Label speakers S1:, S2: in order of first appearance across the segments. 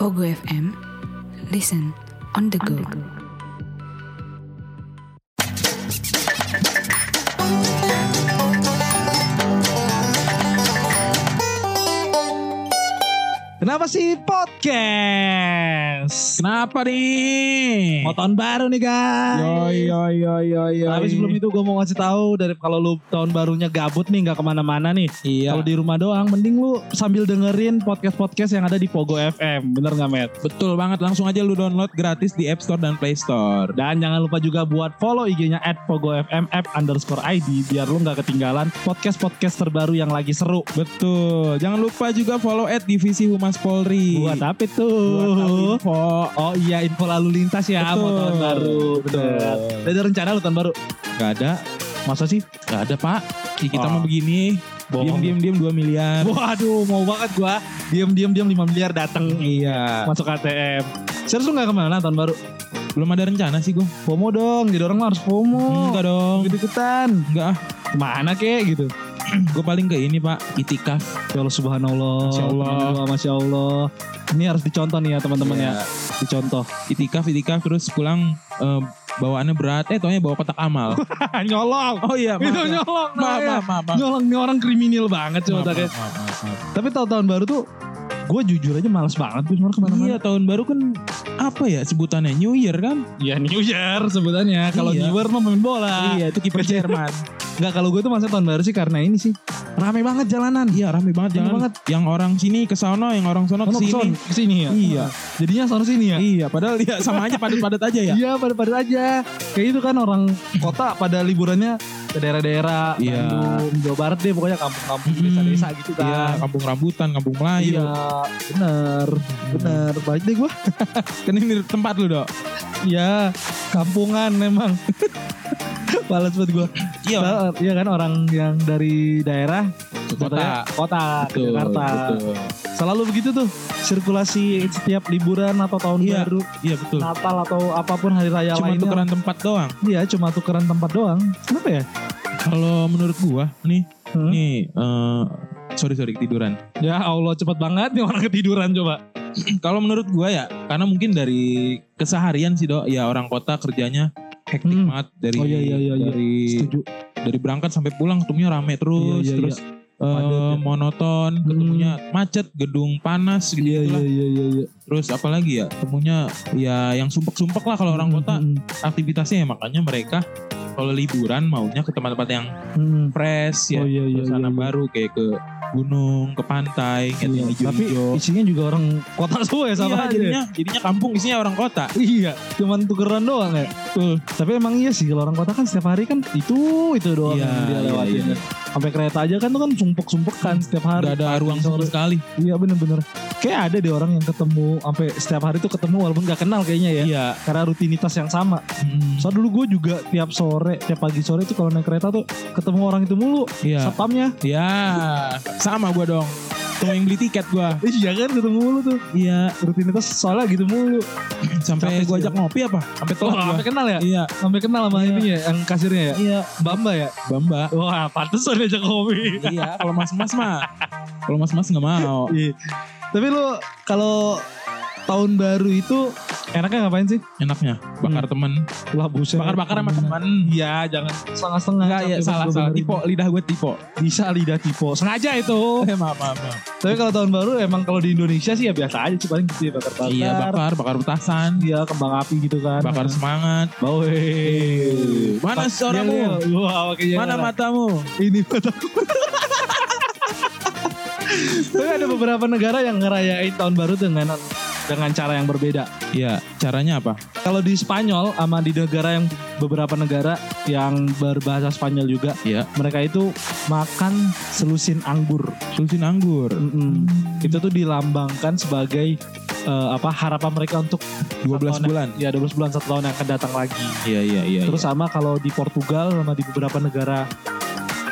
S1: Ogo FM. Listen on the go.
S2: Kenapa sih podcast?
S3: Kenapa nih?
S2: Mau tahun baru nih guys.
S3: Yoi yoi yoi yoi. yoi.
S2: Tapi sebelum itu gue mau ngasih tahu dari kalau lu tahun barunya gabut nih nggak kemana-mana nih.
S3: iya.
S2: Kalau di rumah doang, mending lu sambil dengerin podcast-podcast yang ada di Pogo FM. Bener nggak Matt?
S3: Betul banget langsung aja lu download gratis di App Store dan Play Store.
S2: Dan jangan lupa juga buat follow IG-nya at Pogo FM app underscore ID biar lu nggak ketinggalan podcast-podcast terbaru yang lagi seru.
S3: Betul. Jangan lupa juga follow at Divisi Humas Polri.
S2: Buat apa
S3: Buat tahu
S2: tuh?
S3: info.
S2: Oh iya info lalu lintas ya
S3: Betul.
S2: mau tahun baru.
S3: Betul.
S2: Udah ada rencana lu tahun baru?
S3: Gak ada,
S2: Masa sih?
S3: gak ada pak. Ih, Kita
S2: Ah.
S3: mau begini. Diem
S2: Bohong.
S3: diem diem 2 miliar.
S2: Waduh, mau banget gua. Diam diam diam 5 miliar datang
S3: Iya.
S2: masuk ATM. Serius lu gak kemana tahun baru?
S3: Belum ada rencana sih gue.
S2: FOMO dong, jadi orang mah harus FOMO.
S3: Enggak dong.
S2: Ikut-ikutan.
S3: Enggak ah.
S2: Hmm, Kemana kek gitu.
S3: Gue paling ke ini pak. Itikaf.
S2: Ya Allah subhanallah.
S3: Masya Allah.
S2: Alhamdulillah, Masya Allah. Ini harus dicontoh nih ya teman-teman ya.
S3: Iya.
S2: Dicontoh.
S3: Itikaf itikaf terus pulang eh, bawaannya berat. Eh taunya bawa kotak amal.
S2: nyolong.
S3: oh iya.
S2: Itu
S3: Maaf ya.
S2: nyolong.
S3: Maaf
S2: namanya.
S3: maaf maaf. maaf.
S2: Nyolong nih orang kriminal banget
S3: Maaf,
S2: coba
S3: maaf,
S2: kayak.
S3: maaf, maaf, maaf.
S2: Tapi tahun-tahun baru tuh gue jujur aja males banget gue sebenarnya kemana-mana.
S3: Iya tahun baru kan apa ya sebutannya New Year kan?
S2: Ya New Year sebutannya. Kalau
S3: Iya.
S2: New Year mah main bola.
S3: itu kiper Jerman.
S2: Enggak kalau gue tuh masa tahun baru sih karena ini sih. Rame banget jalanan.
S3: iya rame banget
S2: Rame
S3: jalan.
S2: banget.
S3: Yang orang sini ke sono, yang orang sono ke
S2: Sono ke
S3: sini.
S2: son- ke sini ya.
S3: Iya.
S2: Jadinya sono sini ya.
S3: Iya, padahal ya sama aja padat-padat aja ya.
S2: Iya pada-pada aja. Kayak itu kan orang kota pada liburannya ke daerah-daerah
S3: Iya.
S2: Bandung, Jawa Barat deh pokoknya kampung-kampung
S3: Mm-mm.
S2: desa-desa gitu
S3: Iya, Nah, gitu.
S2: kan.
S3: kampung rambutan, kampung
S2: Iya.
S3: Melayu.
S2: bener, bener. Baik deh gue.
S3: Kan ini tempat lu, Dok.
S2: Iya, kampungan memang. Males buat gue.
S3: Iya.
S2: Nah, Iya kan orang yang dari daerah
S3: Ke
S2: contohnya
S3: kota.
S2: kota ya. ke
S3: Betul,
S2: Jakarta.
S3: betul.
S2: Selalu begitu tuh sirkulasi setiap liburan atau tahun
S3: Iya.
S2: baru,
S3: Iya, betul.
S2: Natal atau apapun hari raya Nah,
S3: Cuma
S2: lainnya.
S3: tukeran tempat doang.
S2: Iya, cuma tukeran tempat doang. Kenapa ya?
S3: Kalau menurut gua nih,
S2: Hmm?
S3: nih eh, sorry sorry ketiduran.
S2: Ya Allah cepet banget nih orang ketiduran coba.
S3: Kalau menurut gua ya, karena mungkin dari keseharian sih, Dok. Ya orang kota kerjanya hektik
S2: Hmm.
S3: banget dari
S2: Oh, iya, iya, iya, iya.
S3: dari
S2: Setuju.
S3: dari berangkat sampai pulang ketemunya rame terus
S2: Iya, iya,
S3: terus eh,
S2: Padat ya.
S3: monoton ketemunya macet gedung panas gitu
S2: Iya iya
S3: lah
S2: iya iya. iya.
S3: terus apalagi ya ketemunya ya yang sumpek-sumpek lah kalau orang
S2: Hmm,
S3: kota
S2: hmm,
S3: aktivitasnya ya makanya mereka kalau liburan maunya ke tempat-tempat yang
S2: hmm.
S3: fresh ya
S2: Oh iya iya. iya,
S3: suasana
S2: iya.
S3: baru kayak ke gunung ke pantai gitu
S2: Iya,
S3: yang
S2: Tapi
S3: hijau-hijau
S2: isinya juga orang kota semua ya sama
S3: Iya,
S2: aja. deh.
S3: jadinya, jadinya kampung isinya orang kota
S2: Iya, cuman tukeran doang ya.
S3: betul
S2: Tapi emang iya sih kalau orang kota kan setiap hari kan itu itu doang
S3: Iya,
S2: yang dia
S3: iya,
S2: lewatin.
S3: iya. Hmm.
S2: ya. Sampai kereta aja kan tuh kan sumpek-sumpekan setiap hari.
S3: nggak ada
S2: Pagi,
S3: ruang sama
S2: sore.
S3: sekali
S2: Iya bener-bener. Kayak ada deh orang yang ketemu sampai setiap hari tuh ketemu walaupun gak kenal kayaknya ya.
S3: iya
S2: Karena rutinitas yang sama.
S3: mm,
S2: Soalnya dulu gue juga tiap sore, tiap pagi sore tuh kalau naik kereta tuh ketemu orang itu mulu.
S3: iya
S2: Satpamnya.
S3: iya sama gua dong Tunggu yang beli tiket gua
S2: Iya kan ketemu mulu tuh.
S3: Iya,
S2: Rutinitas soalnya gitu mulu.
S3: sampai
S2: Capek
S3: gua
S2: sih,
S3: ajak ngopi apa? Sampai
S2: Oh,
S3: telat gua.
S2: sampai kenal ya?
S3: Iya,
S2: Sampai kenal sama
S3: Iya.
S2: ini ya, yang kasirnya ya?
S3: iya,
S2: Mbak Mbak ya?
S3: Bamba.
S2: Wah, pantes aja ajak kopi.
S3: iya, kalau mas-mas mah. Kalau mas-mas nggak mau.
S2: Iya. Tapi lo kalau tahun baru itu enaknya ngapain sih?
S3: Enaknya bakar temen.
S2: Lah buset.
S3: Bakar-bakar sama temen.
S2: Iya, jangan setengah-setengah.
S3: Enggak ya,
S2: Capek
S3: salah
S2: banget
S3: salah.
S2: gua
S3: Tipo,
S2: dengerin.
S3: lidah gue tipo.
S2: Bisa lidah tipe. Sengaja itu.
S3: Eh, maaf, maaf, maaf.
S2: Tapi kalau tahun baru emang kalau di Indonesia sih ya biasa aja sih paling gitu ya bakar-bakar.
S3: Iya, bakar, bakar petasan,
S2: Iya, kembang api gitu kan.
S3: bakar semangat.
S2: Bawe.
S3: Mana suaramu?
S2: Iya, Wah, makanya.
S3: Mana matamu?
S2: ini mataku. Tapi ada beberapa negara yang ngerayain tahun baru dengan dengan cara yang berbeda.
S3: Iya, caranya apa?
S2: Kalau di Spanyol sama di negara yang beberapa negara yang berbahasa Spanyol juga,
S3: Iya,
S2: mereka itu makan selusin anggur.
S3: susin anggur.
S2: Mm-mm. Itu tuh dilambangkan sebagai eh, apa harapan mereka untuk
S3: 12 bulan.
S2: ya 12 bulan satu tahun yang akan datang lagi.
S3: Iya, iya, iya.
S2: Terus sama kalau di Portugal sama di beberapa negara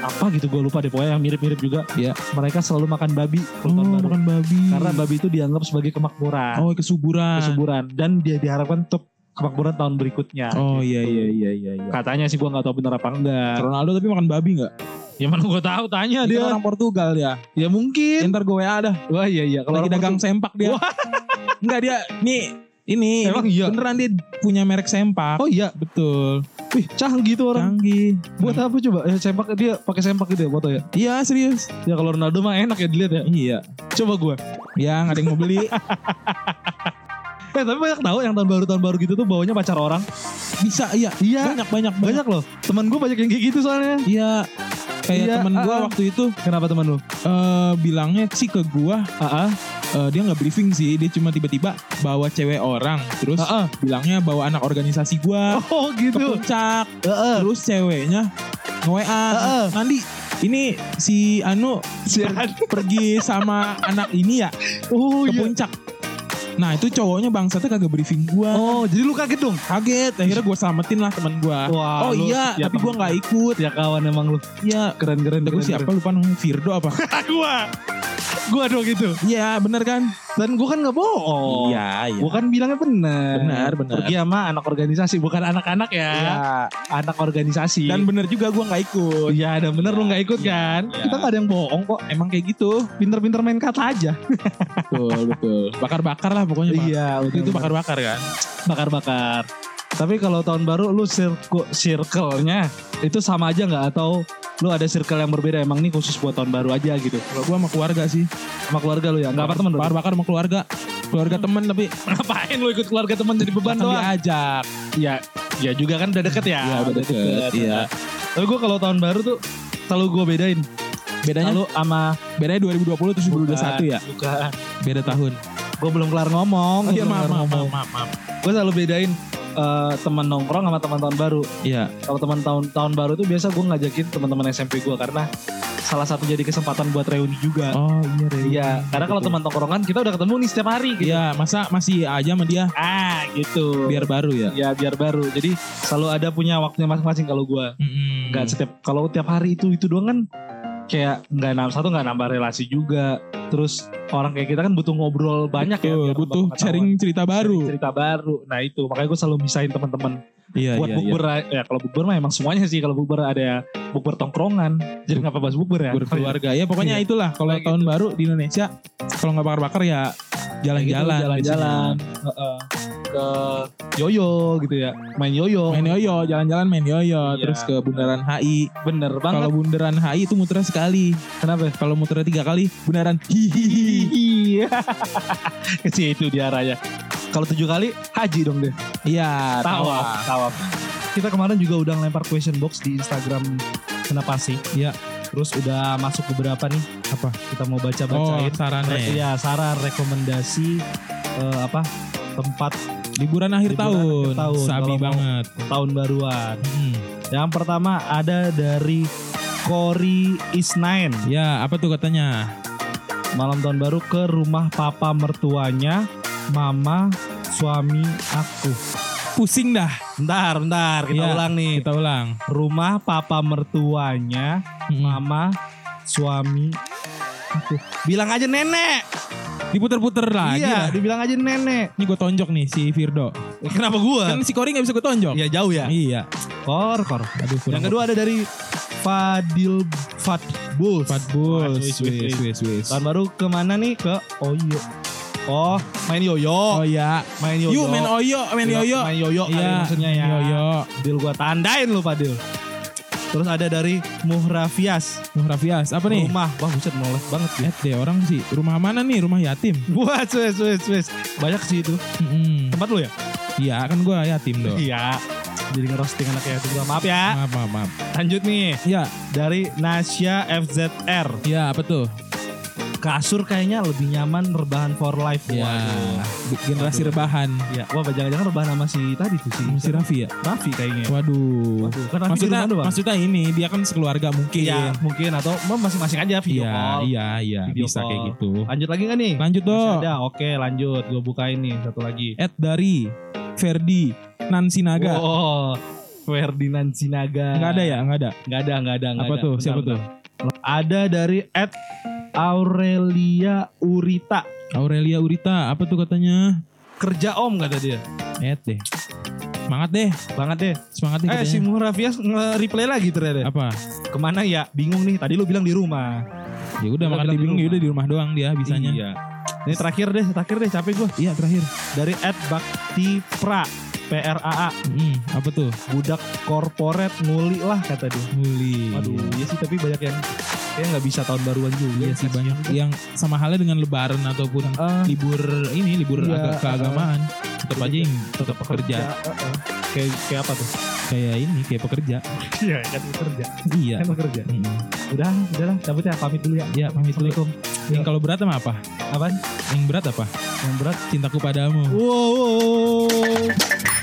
S2: apa gitu gue lupa deh pokoknya yang mirip-mirip juga.
S3: Iya.
S2: Mereka selalu makan babi
S3: Oh,
S2: kalau tahun baru.
S3: makan babi.
S2: Karena babi itu dianggap sebagai kemakmuran,
S3: oh kesuburan.
S2: kesuburan dan dia diharapkan untuk kemakmuran tahun berikutnya.
S3: Oh iya
S2: gitu.
S3: iya iya iya. iya.
S2: Katanya sih gua nggak tahu bener apa enggak.
S3: Ronaldo tapi makan babi nggak?
S2: Ya mana gua tahu tanya
S3: Dia
S2: Nah. dia.
S3: orang Portugal ya.
S2: Ya mungkin.
S3: Ntar gue WA dah.
S2: Wah iya iya
S3: Lagi
S2: orang
S3: dagang sempak dia. Enggak dia. Nih ini
S2: Emang iya?
S3: beneran dia punya merek
S2: Portu-
S3: sempak.
S2: Oh iya,
S3: Betul.
S2: wih canggih tuh orang.
S3: Canggih.
S2: Buat apa coba? Ya, sempak dia pakai sempak gitu ya foto ya.
S3: Iya serius.
S2: Ya kalau Ronaldo mah enak ya dilihat ya.
S3: Iya.
S2: Coba gua.
S3: Yang Ya, ada yang mau beli.
S2: Eh tapi banyak tahu yang tahun baru tahun baru gitu tuh bawanya pacar orang.
S3: Bisa iya.
S2: Iya.
S3: Banyak banyak banyak.
S2: Banyak loh. Teman gua banyak yang kayak gitu soalnya.
S3: Iya. Kayak
S2: Iya,
S3: temen gue
S2: ah, ah.
S3: waktu itu
S2: Kenapa teman lu?
S3: eh, bilangnya sih ke gue
S2: Heeh.
S3: eh, dia nggak briefing sih dia cuma tiba-tiba bawa cewek orang terus
S2: Heeh.
S3: bilangnya bawa anak organisasi gue
S2: Oh
S3: ke
S2: gitu.
S3: puncak
S2: Heeh.
S3: terus ceweknya nge-WA
S2: Heeh.
S3: Nanti ini si Anu
S2: Si
S3: per-
S2: Anu.
S3: pergi sama anak ini ya
S2: Oh
S3: ke
S2: iya.
S3: puncak. Nah itu cowoknya bangsatnya kagak briefing gua.
S2: Oh, jadi lu kaget dong?
S3: Kaget, akhirnya gua selamatin lah teman gua.
S2: Wah,
S3: oh
S2: lu
S3: iya,
S2: setia
S3: tapi gua
S2: banget.
S3: nggak ikut.
S2: Ya kawan emang lu
S3: Iya,
S2: keren-keren.
S3: Kata gua siapa lupa namanya Firdo apa?
S2: gua. Gua gitu. dong itu.
S3: Iya bener kan?
S2: Dan gua kan nggak bohong.
S3: Iya, iya.
S2: Gua kan bilangnya benar.
S3: Benar, benar.
S2: Pergi sama anak organisasi, bukan anak-anak ya.
S3: Iya.
S2: Anak organisasi.
S3: Dan bener juga gua nggak ikut.
S2: Iya, dan bener lu nggak ikut
S3: Iya,
S2: kan?
S3: iya.
S2: Kita nggak ada yang bohong kok.
S3: Emang kayak gitu.
S2: Pinter-pinter main kata aja.
S3: Betul, betul. Bakar-bakar lah pokoknya. Pak.
S2: Iya,
S3: Waktu itu bakar-bakar kan?
S2: bakar-bakar. Tapi kalau tahun baru lu sirku, circle-nya itu sama aja nggak atau lu ada circle yang berbeda emang nih khusus buat tahun baru aja gitu
S3: Kalau gua sama keluarga sih.
S2: sama keluarga lu ya nggak apa teman lu
S3: Bakar-bakar sama keluarga. Keluarga temen tapi
S2: ngapain lu ikut keluarga teman jadi beban
S3: Kan
S2: doang
S3: diajak.
S2: ya ya juga kan udah deket ya
S3: Iya, udah deket, iya.
S2: tapi gue kalau tahun baru tuh selalu gue bedain
S3: Bedanya
S2: selalu sama
S3: bedanya 2020 terus 2021 ya.
S2: bukan
S3: Beda tahun.
S2: gue belum kelar ngomong
S3: Oh, iya, maaf, maaf,
S2: gue selalu bedain eh, teman nongkrong sama teman tahun baru
S3: Iya.
S2: kalau teman tahun tahun baru tuh biasa gue ngajakin teman-teman SMP gue karena salah satu jadi kesempatan buat reuni juga
S3: Oh iya reuni.
S2: Iya, karena kalau
S3: Betul.
S2: teman tongkrongan kita udah ketemu nih setiap hari gitu.
S3: Iya, masa masih aja sama dia
S2: Ah, gitu.
S3: biar baru ya.
S2: ya biar baru. Jadi selalu ada punya waktunya masing-masing kalau gua.
S3: Mm-mm.
S2: Enggak setiap kalau tiap hari itu itu doang kan kayak nggak nambah satu nggak nambah relasi juga. Terus orang kayak kita kan butuh ngobrol banyak ya.
S3: Betul,
S2: biar
S3: butuh
S2: nambah
S3: sharing
S2: pengetahuan.
S3: cerita
S2: Sharing
S3: baru.
S2: cerita baru. Nah itu makanya gue selalu misahin teman-teman
S3: Iya,
S2: buat
S3: iya, iya.
S2: bukber ya kalau bukber mah emang semuanya sih kalau bukber ada bukber tongkrongan. Jadi ngapa bahas bukber ya?
S3: Berkeluarga ya pokoknya
S2: Iya.
S3: itulah kalau
S2: Kayak
S3: tahun
S2: gitu.
S3: baru di Indonesia kalau nggak bakar-bakar ya jalan-jalan
S2: Kayak gitu, jalan-jalan Heeh. ke yoyo gitu ya main
S3: biasanya.
S2: yoyo
S3: main yoyo jalan-jalan main yoyo
S2: Iya.
S3: terus ke bundaran HI
S2: bener banget
S3: kalau bundaran HI itu muternya sekali
S2: kenapa
S3: kalau muternya tiga kali bundaran hihihi
S2: Iya. Kecil itu dia raya. Kalau tujuh kali haji dong deh.
S3: iya tawa
S2: Tawaf, tawaf. Kita kemarin juga udah ngelempar question box di Instagram kenapa sih?
S3: Iya.
S2: Terus udah masuk beberapa nih
S3: apa
S2: kita mau baca
S3: oh
S2: bacain.
S3: sarana ya.
S2: Iya, saran rekomendasi eh, apa tempat
S3: liburan
S2: Liburan
S3: akhir tahun,
S2: akhir tahun,
S3: sabi
S2: kalau mau.
S3: banget
S2: tahun baruan.
S3: Hmm.
S2: Yang pertama ada dari Kori Isnain.
S3: ya apa tuh katanya
S2: malam tahun baru ke rumah papa mertuanya, mama, suami aku.
S3: pusing dah
S2: Bentar, bentar, kita
S3: Iya.
S2: ulang nih.
S3: kita ulang Hmm.
S2: Rumah papa mertuanya,
S3: Mm-mm.
S2: mama, suami aku. Bilang aja nenek.
S3: diputer-puter lagi
S2: iya,
S3: dah.
S2: dibilang aja nenek.
S3: ini gue tonjok nih si Firdo
S2: Eh, Kenapa gua?
S3: kan si Kori gak bisa gue tonjok
S2: Iya, jauh ya.
S3: iya
S2: Kor, kor.
S3: aduh
S2: Yang kedua ada dari Fadil Fat Bulls.
S3: Fatbul
S2: Wis, wis, wis. Tahun baru kemana nih? Ke Oyo. Oh, main yoyo.
S3: oh ya
S2: Main yoyo.
S3: yuk main oyo main yoyo
S2: Main yoyo kali
S3: Iya,
S2: maksudnya ya.
S3: yoyo
S2: Dil gua tandain lu Padil. Terus ada dari Muhrafias.
S3: Muhrafias apa nih
S2: Rumah. Wah buset nolak banget ya.
S3: Eh deh orang sih rumah mana nih rumah yatim
S2: Wah cues cues cues. Banyak sih itu.
S3: Mm-mm.
S2: Tempat lu ya?
S3: iya kan gue yatim dong
S2: Iya. Jadi ngerosting anak ya. Gua maaf ya.
S3: maaf maaf maaf
S2: Lanjut nih.
S3: ya
S2: Dari Nasya FZR.
S3: ya apa tuh
S2: Kasur kayaknya lebih nyaman rebahan for life.
S3: ya
S2: Waduh.
S3: generasi
S2: Waduh.
S3: rebahan
S2: Iya. Wah jangan-jangan rebahan sama si tadi tuh si,
S3: si Raffi ya
S2: Raffi kayaknya.
S3: waduh
S2: Waduh, kan Raffi di
S3: maksudnya
S2: rumah doang.
S3: maksudnya ini dia kan sekeluarga mungkin
S2: Iya mungkin atau masing-masing aja video
S3: iya
S2: call.
S3: iya iya
S2: Video
S3: bisa kayak
S2: call.
S3: gitu
S2: Lanjut lagi gak nih?
S3: lanjut
S2: Masih
S3: dong
S2: ada. Oke, lanjut. Gue bukain nih satu lagi.
S3: at dari Ferdi Nansinaga
S2: Oh, Ferdinand Sinaga.
S3: nggak ada ya nggak ada
S2: Nggak ada, nggak ada, nggak
S3: apa
S2: ada.
S3: tuh
S2: Bentar,
S3: siapa
S2: bentar. Ada dari Ed Aurelia Urita.
S3: tuh Aurelia Urita apa tuh katanya
S2: Kerja om kata dia.
S3: Ed deh Semangat deh,
S2: Banget deh.
S3: semangat deh
S2: Eh si
S3: katanya.
S2: Muhrafias nge-replay lagi ternyata.
S3: Apa?
S2: Kemana ya? Bingung nih. Tadi lu bilang di rumah.
S3: Ya udah
S2: Udah
S3: makanya
S2: bilang di
S3: bingung ya
S2: rumah.
S3: udah di rumah doang dia bisanya.
S2: Iya. Ini terakhir deh, terakhir deh capek gue.
S3: Iya, terakhir.
S2: Dari Ed Bakti Pra. PRAA
S3: Mm, apa tuh?
S2: budak korporat nguli lah kata dia.
S3: Muli.
S2: Waduh, iya sih tapi banyak yang kayak nggak bisa tahun baruan juga.
S3: Iya sih banyak yang sama halnya dengan lebaran ataupun
S2: Eh,
S3: libur ini libur
S2: Iya, ah.
S3: agak keagamaan tetap aja yang tetap
S2: kerja.
S3: pekerja
S2: eh, eh. Kayak kayak apa tuh?
S3: kayak ini kayak pekerja
S2: Iya, kan kerja.
S3: iya
S2: Kan kerja.
S3: Mm.
S2: Udah, udahlah cabut ya pamit dulu ya.
S3: ya pamit dulu
S2: Assalamualaikum.
S3: yang kalau berat sama apa
S2: Apaan?
S3: yang berat apa
S2: Yang berat.
S3: cintaku padamu
S2: Wow.